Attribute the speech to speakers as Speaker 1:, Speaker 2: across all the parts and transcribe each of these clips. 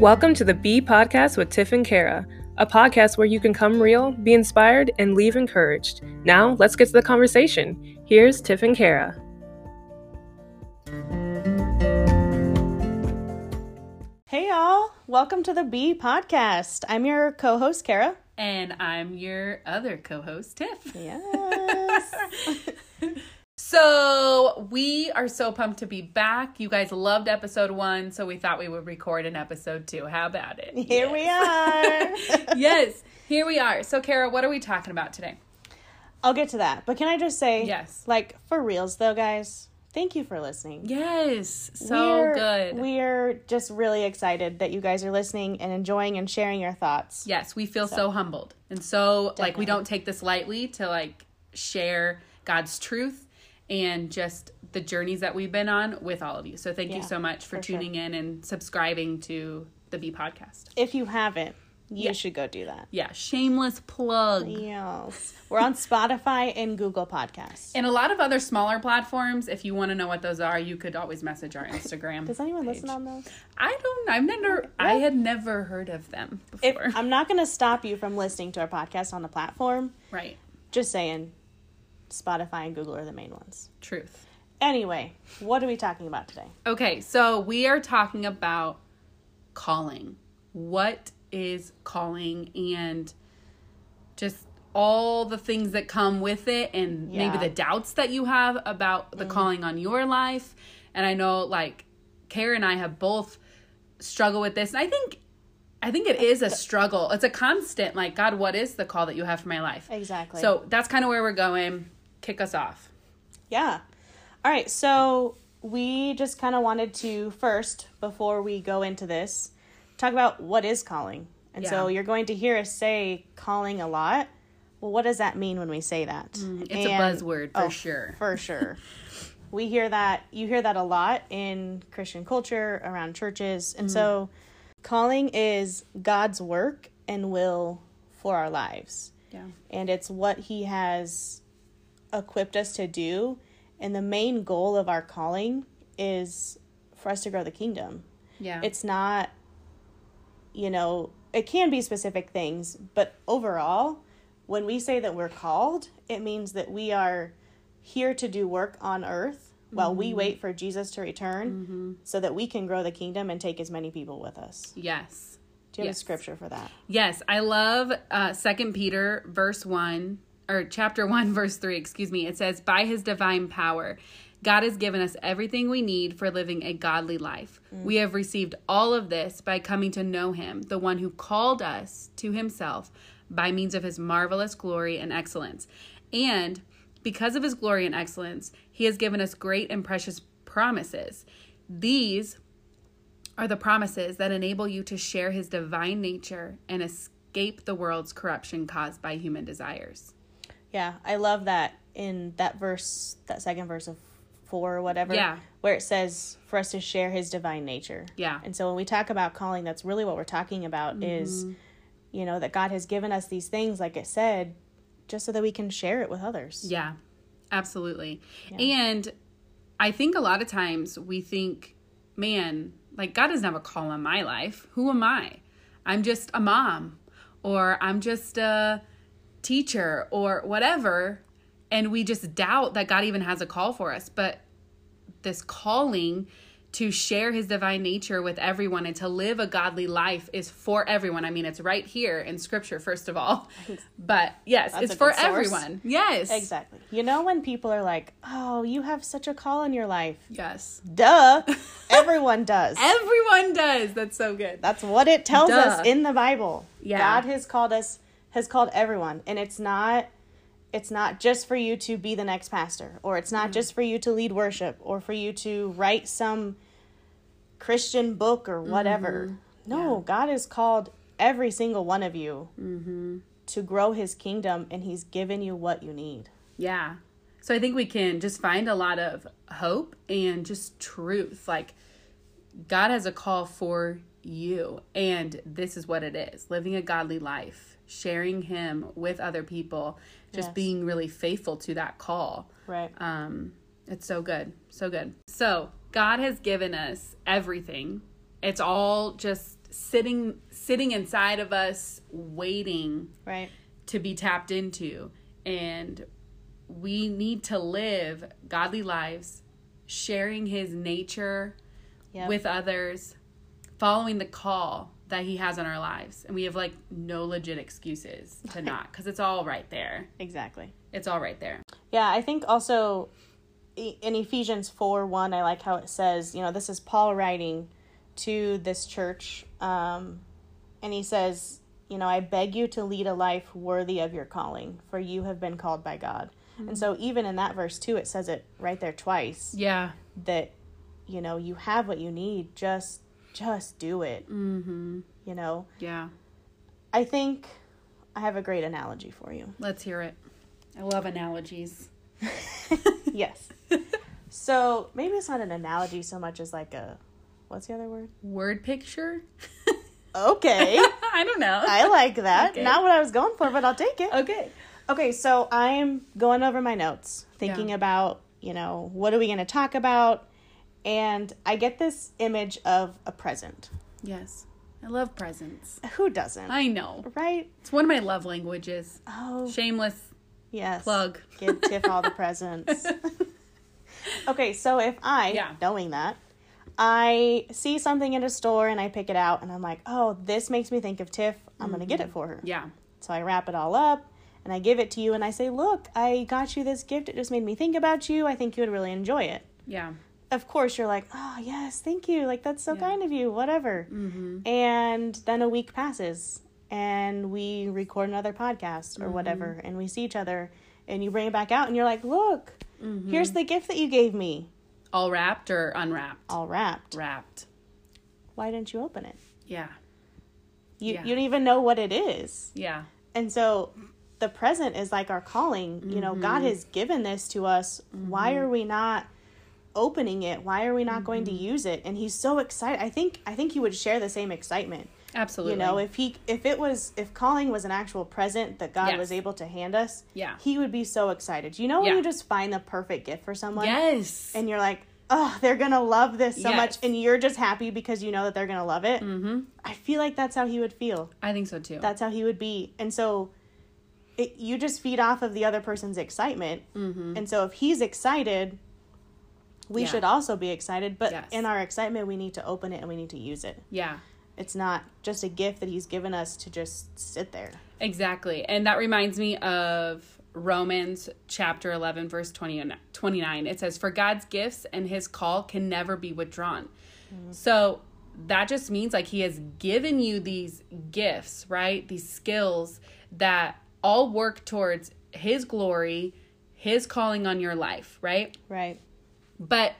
Speaker 1: Welcome to the Be Podcast with Tiff and Kara, a podcast where you can come real, be inspired, and leave encouraged. Now, let's get to the conversation. Here's Tiff and Kara.
Speaker 2: Hey, y'all. Welcome to the Be Podcast. I'm your co host, Kara.
Speaker 3: And I'm your other co host, Tiff.
Speaker 2: Yes.
Speaker 3: So, we are so pumped to be back. You guys loved episode one, so we thought we would record an episode two. How about it?
Speaker 2: Here we are.
Speaker 3: yes, here we are. So, Kara, what are we talking about today?
Speaker 2: I'll get to that. But can I just say,
Speaker 3: Yes.
Speaker 2: like, for reals, though, guys, thank you for listening.
Speaker 3: Yes, so
Speaker 2: We're-
Speaker 3: good.
Speaker 2: We're just really excited that you guys are listening and enjoying and sharing your thoughts.
Speaker 3: yes, we feel so, humbled. And so, like, we don't take this lightly to like share God's truth and just the journeys that we've been on with all of you. So, thank
Speaker 2: Yeah,
Speaker 3: you so much for,
Speaker 2: for sure.
Speaker 3: tuning in and subscribing to the B podcast.
Speaker 2: If you haven't, you should go do that.
Speaker 3: Yeah, shameless plug.
Speaker 2: Yes. We're on Spotify and Google Podcasts.
Speaker 3: And a lot of other smaller platforms, if you want to know what those are, you could always message our Instagram.
Speaker 2: Does anyone
Speaker 3: page.
Speaker 2: listen on those?
Speaker 3: I don't. I've never. I had never heard of them
Speaker 2: If,
Speaker 3: before.
Speaker 2: I'm not going to stop you from listening to our podcast on the platform.
Speaker 3: right.
Speaker 2: Just saying, Spotify and Google are the main ones.
Speaker 3: Truth.
Speaker 2: Anyway, what are we talking about today?
Speaker 3: Okay, so we are talking about calling. What is calling and just all the things that come with it and
Speaker 2: Yeah. Mm-hmm.
Speaker 3: maybe the doubts that you have about the calling on your life. And I know like Kara and I have both struggled with this. And I think I think it is a struggle. It's a constant like God, what is the call that you have for my life?
Speaker 2: Exactly.
Speaker 3: So that's kind of where we're going. Kick us off.
Speaker 2: yeah. All right, so we just kind of wanted to first, before we go into this, talk about what is calling. And so
Speaker 3: Yeah.
Speaker 2: you're going to hear us say calling a lot. Well, what does that mean when we say that?
Speaker 3: Mm, It's
Speaker 2: And-
Speaker 3: a buzzword for
Speaker 2: Oh,
Speaker 3: sure.
Speaker 2: For sure. we hear that you hear that a lot in Christian culture around churches.
Speaker 3: Mm.
Speaker 2: And so calling is God's work and will for our lives.
Speaker 3: yeah.
Speaker 2: And it's what he has equipped us to do. And the main goal of our calling is for us to grow the kingdom.
Speaker 3: Yeah.
Speaker 2: It's not you know, it can be specific things, but overall, when we say that we're called, it means that we are here to do work on earth while we wait for Jesus to return so that we can grow the kingdom and take as many people with us.
Speaker 3: yes.
Speaker 2: Do you have
Speaker 3: Yes.
Speaker 2: a scripture for that?
Speaker 3: Yes, I love uh Second Peter verse one or chapter one verse three. Excuse me. It says, "By His divine power, God has given us everything we need for living a godly life. We have received all of this by coming to know Him, the one who called us to Himself by means of His marvelous glory and excellence, and because of His glory and excellence, He has given us great and precious promises. These." are the promises that enable you to share his divine nature and escape the world's corruption caused by human desires.
Speaker 2: Yeah, I love that in that verse, that second verse of four or whatever.
Speaker 3: Yeah.
Speaker 2: Where it says for us to share his divine nature.
Speaker 3: Yeah.
Speaker 2: And so when we talk about calling, that's really what we're talking about is,
Speaker 3: Mm-hmm.
Speaker 2: you know, that God has given us these things, like it said, just so that we can share it with others.
Speaker 3: Yeah, absolutely. And I think a lot of times we think, man, like God doesn't have a call on my life. Who am I? I'm just a mom or I'm just a teacher or whatever. And we just doubt that God even has a call for us. But this calling to share his divine nature with everyone and to live a godly life is for everyone. I mean, it's right here in scripture, first of all. But yes, it's
Speaker 2: a
Speaker 3: for
Speaker 2: good source.
Speaker 3: everyone. Yes.
Speaker 2: Exactly. You know when people are like, "Oh, you have such a call in your life."
Speaker 3: Yes.
Speaker 2: Duh. Everyone does.
Speaker 3: Everyone does. That's so good.
Speaker 2: That's what it tells
Speaker 3: Duh.
Speaker 2: us in the Bible.
Speaker 3: Yeah.
Speaker 2: God has called us has called everyone and it's not it's not just for you to be the next pastor or it's
Speaker 3: Mm-hmm.
Speaker 2: not just for you to lead worship or for you to write some Christian book or whatever.
Speaker 3: Mm-hmm.
Speaker 2: No, God has called every single one of you
Speaker 3: Mm-hmm.
Speaker 2: to grow his kingdom and he's given you what you need.
Speaker 3: Yeah. So I think we can just find a lot of hope and just truth. Like God has a call for you and this is what it is. Living a godly life, sharing him with other people, just
Speaker 2: Yes.
Speaker 3: being really faithful to that call.
Speaker 2: Right.
Speaker 3: Um, it's so good. So good. So, God has given us everything. It's all just sitting sitting inside of us waiting
Speaker 2: right?
Speaker 3: to be tapped into and we need to live godly lives sharing his nature
Speaker 2: Yep.
Speaker 3: with others following the call that he has on our lives and we have like no legit excuses to not because it's all right there
Speaker 2: Exactly.
Speaker 3: it's all right there
Speaker 2: Yeah, I think also e- in Ephesians 4 1, I like how it says, you know, this is Paul writing to this church. Um, and he says, you know, I beg you to lead a life worthy of your calling, for you have been called by God. And so even in that verse too, it says it right there twice
Speaker 3: yeah
Speaker 2: that, you know, you have what you need, just just do it. Mm-hmm. You know,
Speaker 3: yeah
Speaker 2: I think I have a great analogy for you.
Speaker 3: let's hear it i love analogies
Speaker 2: Yes. so maybe it's not an analogy so much as like a what's the other word?
Speaker 3: word picture
Speaker 2: Okay.
Speaker 3: i don't know
Speaker 2: I like that.
Speaker 3: Okay.
Speaker 2: Not what I was going for, but I'll take it.
Speaker 3: okay
Speaker 2: Okay, so I'm going over my notes, thinking
Speaker 3: Yeah.
Speaker 2: about, you know, what are we going to talk about? And I get this image of a present.
Speaker 3: yes i love presents
Speaker 2: Who doesn't?
Speaker 3: i know
Speaker 2: right?
Speaker 3: it's one of my love languages
Speaker 2: Oh,
Speaker 3: shameless
Speaker 2: yes.
Speaker 3: plug.
Speaker 2: Give Tiff all the presents. okay, so if I,
Speaker 3: Yeah.
Speaker 2: knowing that, I see something in a store and I pick it out and I'm like, oh, this makes me think of Tiff. I'm going to get it for her.
Speaker 3: Mm-hmm. yeah
Speaker 2: So I wrap it all up and I give it to you and I say, look, I got you this gift. It just made me think about you. I think you would really enjoy it.
Speaker 3: yeah
Speaker 2: Of course, you're like, oh, yes, thank you. Like, that's so kind of you, whatever. And then a week passes and we record another podcast or whatever and we see each other and you bring it back out and you're like, look, here's the gift that you gave me,
Speaker 3: all wrapped or unwrapped
Speaker 2: all wrapped.
Speaker 3: wrapped
Speaker 2: Why didn't you open it?
Speaker 3: yeah
Speaker 2: You,
Speaker 3: Yeah.
Speaker 2: you don't even know what it is.
Speaker 3: yeah
Speaker 2: And so the present is like our calling. You know, God has given this to us. Why are we not opening it? Why are we not going to use it? And he's so excited. I think I think he would share the same excitement.
Speaker 3: absolutely
Speaker 2: You know, if he if it was if calling was an actual present that God
Speaker 3: Yes.
Speaker 2: was able to hand us,
Speaker 3: Yeah.
Speaker 2: he would be so excited. You know when
Speaker 3: Yeah.
Speaker 2: you just find the perfect gift for someone
Speaker 3: yes
Speaker 2: and you're like, "Oh, they're going to love this so much."
Speaker 3: Yes.
Speaker 2: And you're just happy because you know that they're going to love it. Mm-hmm. I feel like that's how he would feel
Speaker 3: i think so too
Speaker 2: that's how he would be and so it, you just feed off of the other person's excitement mm-hmm. and so if he's excited we
Speaker 3: Yeah.
Speaker 2: should also be excited but
Speaker 3: Yes.
Speaker 2: in our excitement we need to open it and we need to use it
Speaker 3: yeah
Speaker 2: it's not just a gift that he's given us to just sit there
Speaker 3: Exactly. And that reminds me of Romans chapter 11, verse 20 and 29. It says, For God's gifts and his call can never be withdrawn. So that just means like he has given you these gifts, right? These skills that all work towards his glory, his calling on your life, right?
Speaker 2: right
Speaker 3: But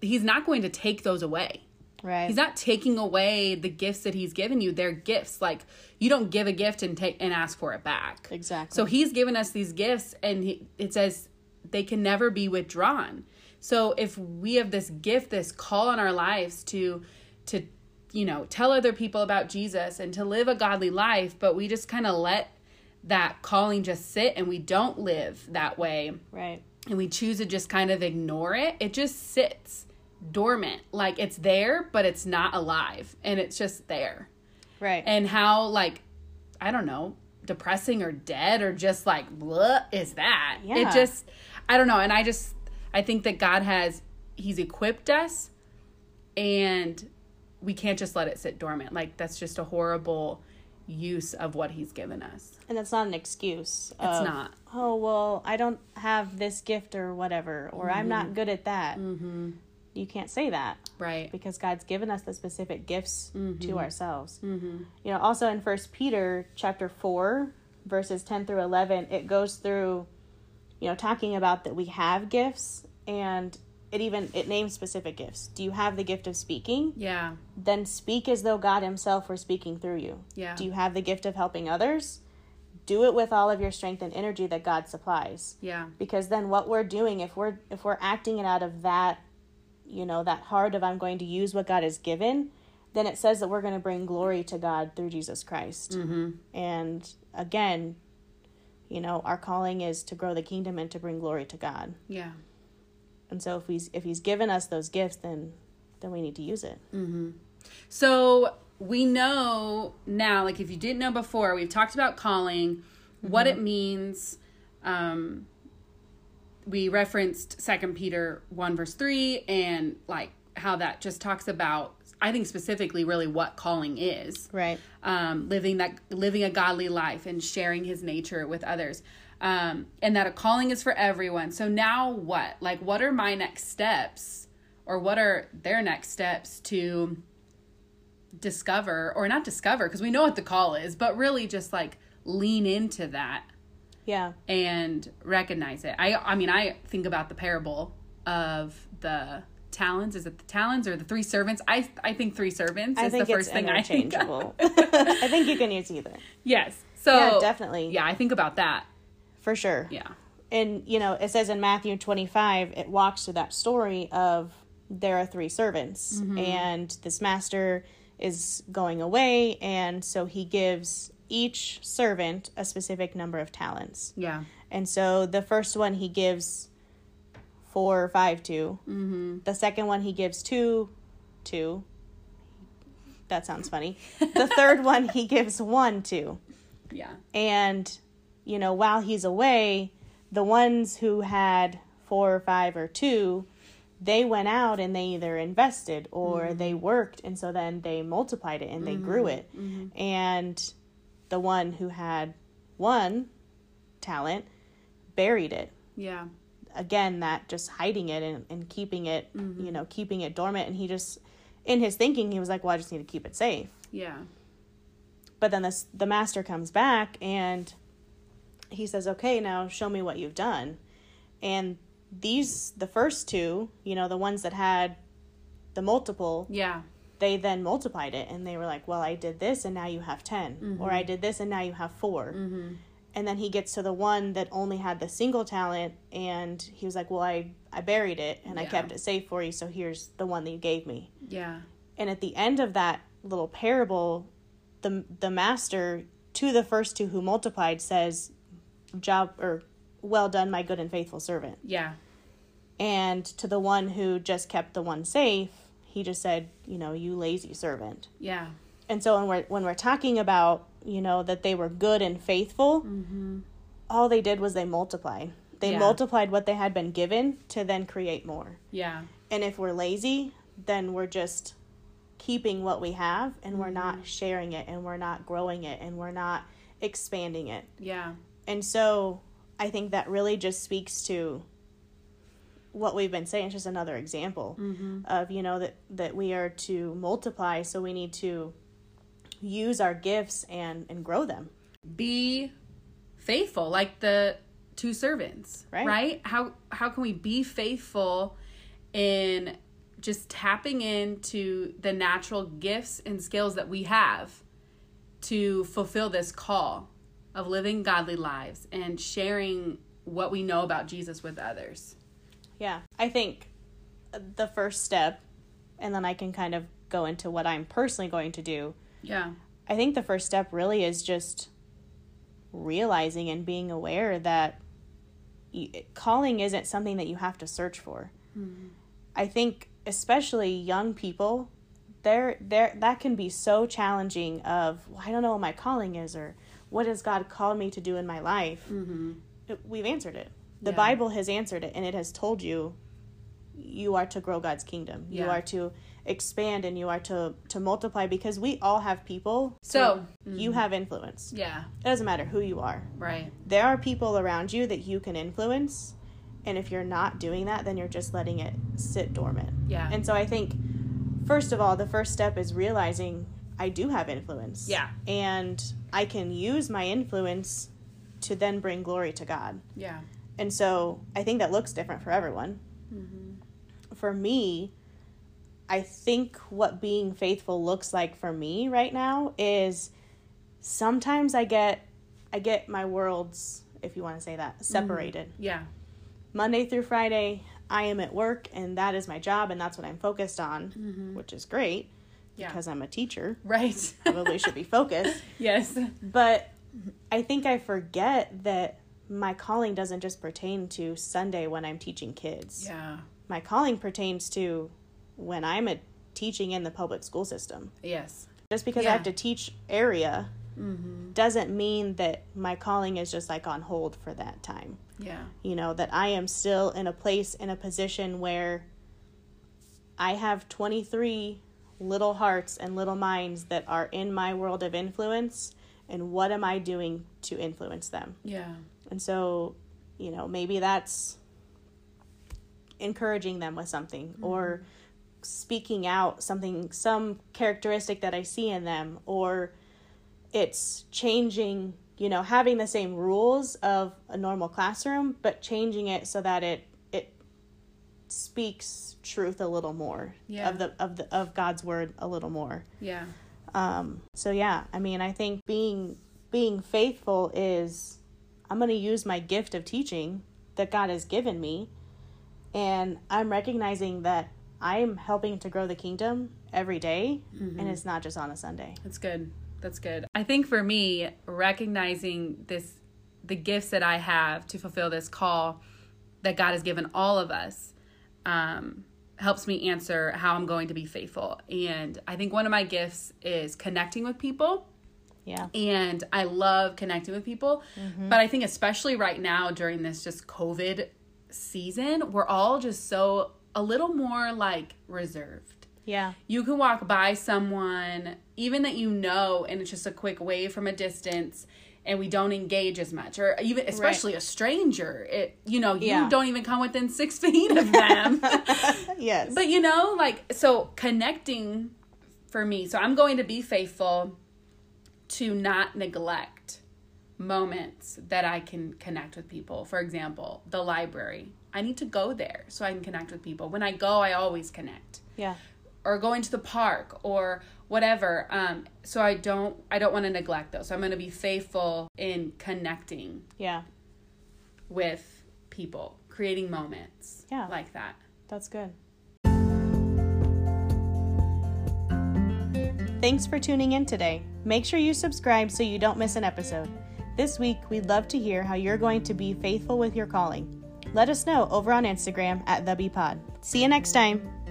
Speaker 3: he's not going to take those away.
Speaker 2: right
Speaker 3: He's not taking away the gifts that he's given you. They're gifts. Like you don't give a gift and take and ask for it back.
Speaker 2: exactly
Speaker 3: So he's given us these gifts, and he, it says they can never be withdrawn. So if we have this gift, this call in our lives to, to, you know, tell other people about Jesus and to live a godly life, but we just kind of let that calling just sit and we don't live that way
Speaker 2: right
Speaker 3: and we choose to just kind of ignore it, it just sits dormant. Like it's there, but it's not alive and it's just there.
Speaker 2: right
Speaker 3: And how, like, I don't know, depressing or dead or just like, what is that?
Speaker 2: Yeah.
Speaker 3: It just, I don't know. And I just, I think that God has, He's equipped us and we can't just let it sit dormant. Like, that's just a horrible use of what He's given us.
Speaker 2: and that's not an excuse it's
Speaker 3: not.
Speaker 2: oh well i don't have this gift or whatever or i'm not good at that mm-hmm. you can't say that
Speaker 3: Right.
Speaker 2: because God's given us the specific gifts to ourselves. You know, also in First Peter chapter four, verses ten through eleven, it goes through, you know, talking about that we have gifts, and it even it names specific gifts. Do you have the gift of speaking?
Speaker 3: Yeah.
Speaker 2: Then speak as though God Himself were speaking through you.
Speaker 3: Yeah.
Speaker 2: Do you have the gift of helping others? Do it with all of your strength and energy that God supplies
Speaker 3: Yeah.
Speaker 2: because then what we're doing if we're if we're acting it out of that you know that heart of i'm going to use what god has given then it says that we're going to bring glory to god through jesus christ mm-hmm. and again you know our calling is to grow the kingdom and to bring glory to god
Speaker 3: Yeah.
Speaker 2: and so Mm-hmm. if he's if he's given us those gifts then then we need to use it
Speaker 3: So we know now, like if you didn't know before, we've talked about calling, what it means. Um, we referenced Second Peter one verse three and like how that just talks about. I think specifically, really, what calling is
Speaker 2: Right.
Speaker 3: um, living that living a godly life and sharing his nature with others um, and that a calling is for everyone so now what like what are my next steps or what are their next steps to discover or not discover because we know what the call is but really just like lean into that
Speaker 2: Yeah.
Speaker 3: and recognize it i i mean i think about the parable of the talents is it the talents or the three servants i i think three servants
Speaker 2: I
Speaker 3: is
Speaker 2: think
Speaker 3: the
Speaker 2: it's
Speaker 3: first thing i think of.
Speaker 2: interchangeable. I think you can use either
Speaker 3: Yes. So
Speaker 2: Yeah, definitely.
Speaker 3: Yeah, I think about that.
Speaker 2: for sure.
Speaker 3: Yeah.
Speaker 2: and you know it says in matthew 25 it walks through that story of there are three servants
Speaker 3: Mm-hmm.
Speaker 2: and this master is going away and so he gives each servant a specific number of talents
Speaker 3: Yeah.
Speaker 2: and so the first one he gives four or five to mm-hmm. the second one he gives two two that sounds funny the third one he gives one to
Speaker 3: Yeah.
Speaker 2: and, you know, while he's away, the ones who had four or five or two, they went out and they either invested or they worked. And so then they multiplied it and they grew it. And the one who had one talent buried it.
Speaker 3: Yeah.
Speaker 2: Again, that just hiding it and, and keeping it, you know, keeping it dormant. And he just, in his thinking, he was like, well, I just need to keep it safe
Speaker 3: Yeah.
Speaker 2: but then this, the master comes back and he says okay now show me what you've done and these the first two you know the ones that had the multiple
Speaker 3: Yeah.
Speaker 2: they then multiplied it and they were like well i did this and now you have 10 or i did this and now you have 4 and then he gets to the one that only had the single talent and he was like well i, I buried it and i
Speaker 3: Yeah.
Speaker 2: kept it safe for you so here's the one that you gave me
Speaker 3: Yeah.
Speaker 2: and at the end of that little parable the the master to the first two who multiplied says job or well done my good and faithful servant
Speaker 3: Yeah.
Speaker 2: and to the one who just kept the one safe he just said you know you lazy servant
Speaker 3: Yeah.
Speaker 2: and so when we're when we're talking about you know that they were good and faithful all they did was they multiplied they
Speaker 3: Yeah.
Speaker 2: multiplied what they had been given to then create more
Speaker 3: Yeah.
Speaker 2: and if we're lazy, then we're just keeping what we have and we're not sharing it and we're not growing it and we're not expanding it.
Speaker 3: Yeah.
Speaker 2: And so I think that really just speaks to what we've been saying. It's just another example of, you know, that, that we are to multiply. So we need to use our gifts and, and grow them.
Speaker 3: Be faithful like the two servants,
Speaker 2: Right.
Speaker 3: How how can we be faithful in just tapping into the natural gifts and skills that we have to fulfill this call of living godly lives and sharing what we know about Jesus with others.
Speaker 2: Yeah. I think the first step, and then I can kind of go into what I'm personally going to do,
Speaker 3: Yeah.
Speaker 2: I think the first step really is just realizing and being aware that you, calling isn't something that you have to search for.
Speaker 3: Hmm.
Speaker 2: I think especially young people there there that can be so challenging of well, I don't know what my calling is or what has God called me to do in my life. It- We've answered it. The
Speaker 3: Mm-hmm. Yeah.
Speaker 2: Bible has answered it and it has told you you are to grow God's kingdom. You
Speaker 3: Yeah.
Speaker 2: are to expand and you are to to multiply because we all have people
Speaker 3: So- mm-hmm.
Speaker 2: you have influence.
Speaker 3: Yeah.
Speaker 2: It doesn't matter who you are.
Speaker 3: Right.
Speaker 2: There are people around you that you can influence, and if you're not doing that, then you're just letting it sit dormant.
Speaker 3: Yeah.
Speaker 2: And so I think first of all, the first step is realizing I do have influence.
Speaker 3: Yeah.
Speaker 2: And I can use my influence to then bring glory to God.
Speaker 3: yeah.
Speaker 2: And so I think that looks different for everyone. For me, I think what being faithful looks like for me right now is sometimes I get I get my worlds, if you want to say that, separated.
Speaker 3: Yeah.
Speaker 2: Monday through Friday, I am at work and that is my job and that's what I'm focused on, which is great
Speaker 3: Yeah.
Speaker 2: because I'm a teacher.
Speaker 3: right.
Speaker 2: Probably should be focused.
Speaker 3: yes.
Speaker 2: But I think I forget that my calling doesn't just pertain to Sunday when I'm teaching kids.
Speaker 3: Yeah.
Speaker 2: My calling pertains to when I'm a teaching in the public school system.
Speaker 3: Yes.
Speaker 2: Just because I
Speaker 3: Yeah. Mm-hmm.
Speaker 2: have to teach area doesn't mean that my calling is just like on hold for that time.
Speaker 3: Yeah.
Speaker 2: You know, that I am still in a place, in a position where I have 23 little hearts and little minds that are in my world of influence. And what am I doing to influence them?
Speaker 3: Yeah.
Speaker 2: And so, you know, maybe that's encouraging them with something or speaking out something, some characteristic that I see in them, or it's changing, you know, having the same rules of a normal classroom, but changing it so that it, it, speaks truth a little more
Speaker 3: Yeah.
Speaker 2: of the of the of God's word a little more.
Speaker 3: Yeah.
Speaker 2: Um, so yeah, I mean, I think being being faithful is I'm going to use my gift of teaching that God has given me, and I'm recognizing that I'm helping to grow the kingdom every day, and it's not just on a Sunday.
Speaker 3: That's good. That's good. I think for me, recognizing this, the gifts that I have to fulfill this call that God has given all of us, um, helps me answer how I'm going to be faithful. And I think one of my gifts is connecting with people.
Speaker 2: Yeah,
Speaker 3: and I love connecting with people. But I think especially right now during this just COVID season, we're all just so a little more like reserved.
Speaker 2: yeah,
Speaker 3: You can walk by someone even that you know and it's just a quick wave from a distance and we don't engage as much or even especially a stranger. It you know, you
Speaker 2: Yeah.
Speaker 3: don't even come within 6 feet of them.
Speaker 2: yes,
Speaker 3: But you know, like so connecting for me. So I'm going to be faithful to not neglect moments that I can connect with people. For example, the library. I need to go there so I can connect with people. When I go, I always connect
Speaker 2: yeah,
Speaker 3: or going to the park or whatever um so i don't i don't want to neglect those so i'm going to be faithful in connecting
Speaker 2: yeah.
Speaker 3: with people creating moments
Speaker 2: Yeah.
Speaker 3: like that
Speaker 2: That's good. Thanks for tuning in today. Make sure you subscribe so you don't miss an episode. This week, we'd love to hear how you're going to be faithful with your calling. Let us know over on Instagram at TheBePod. See you next time.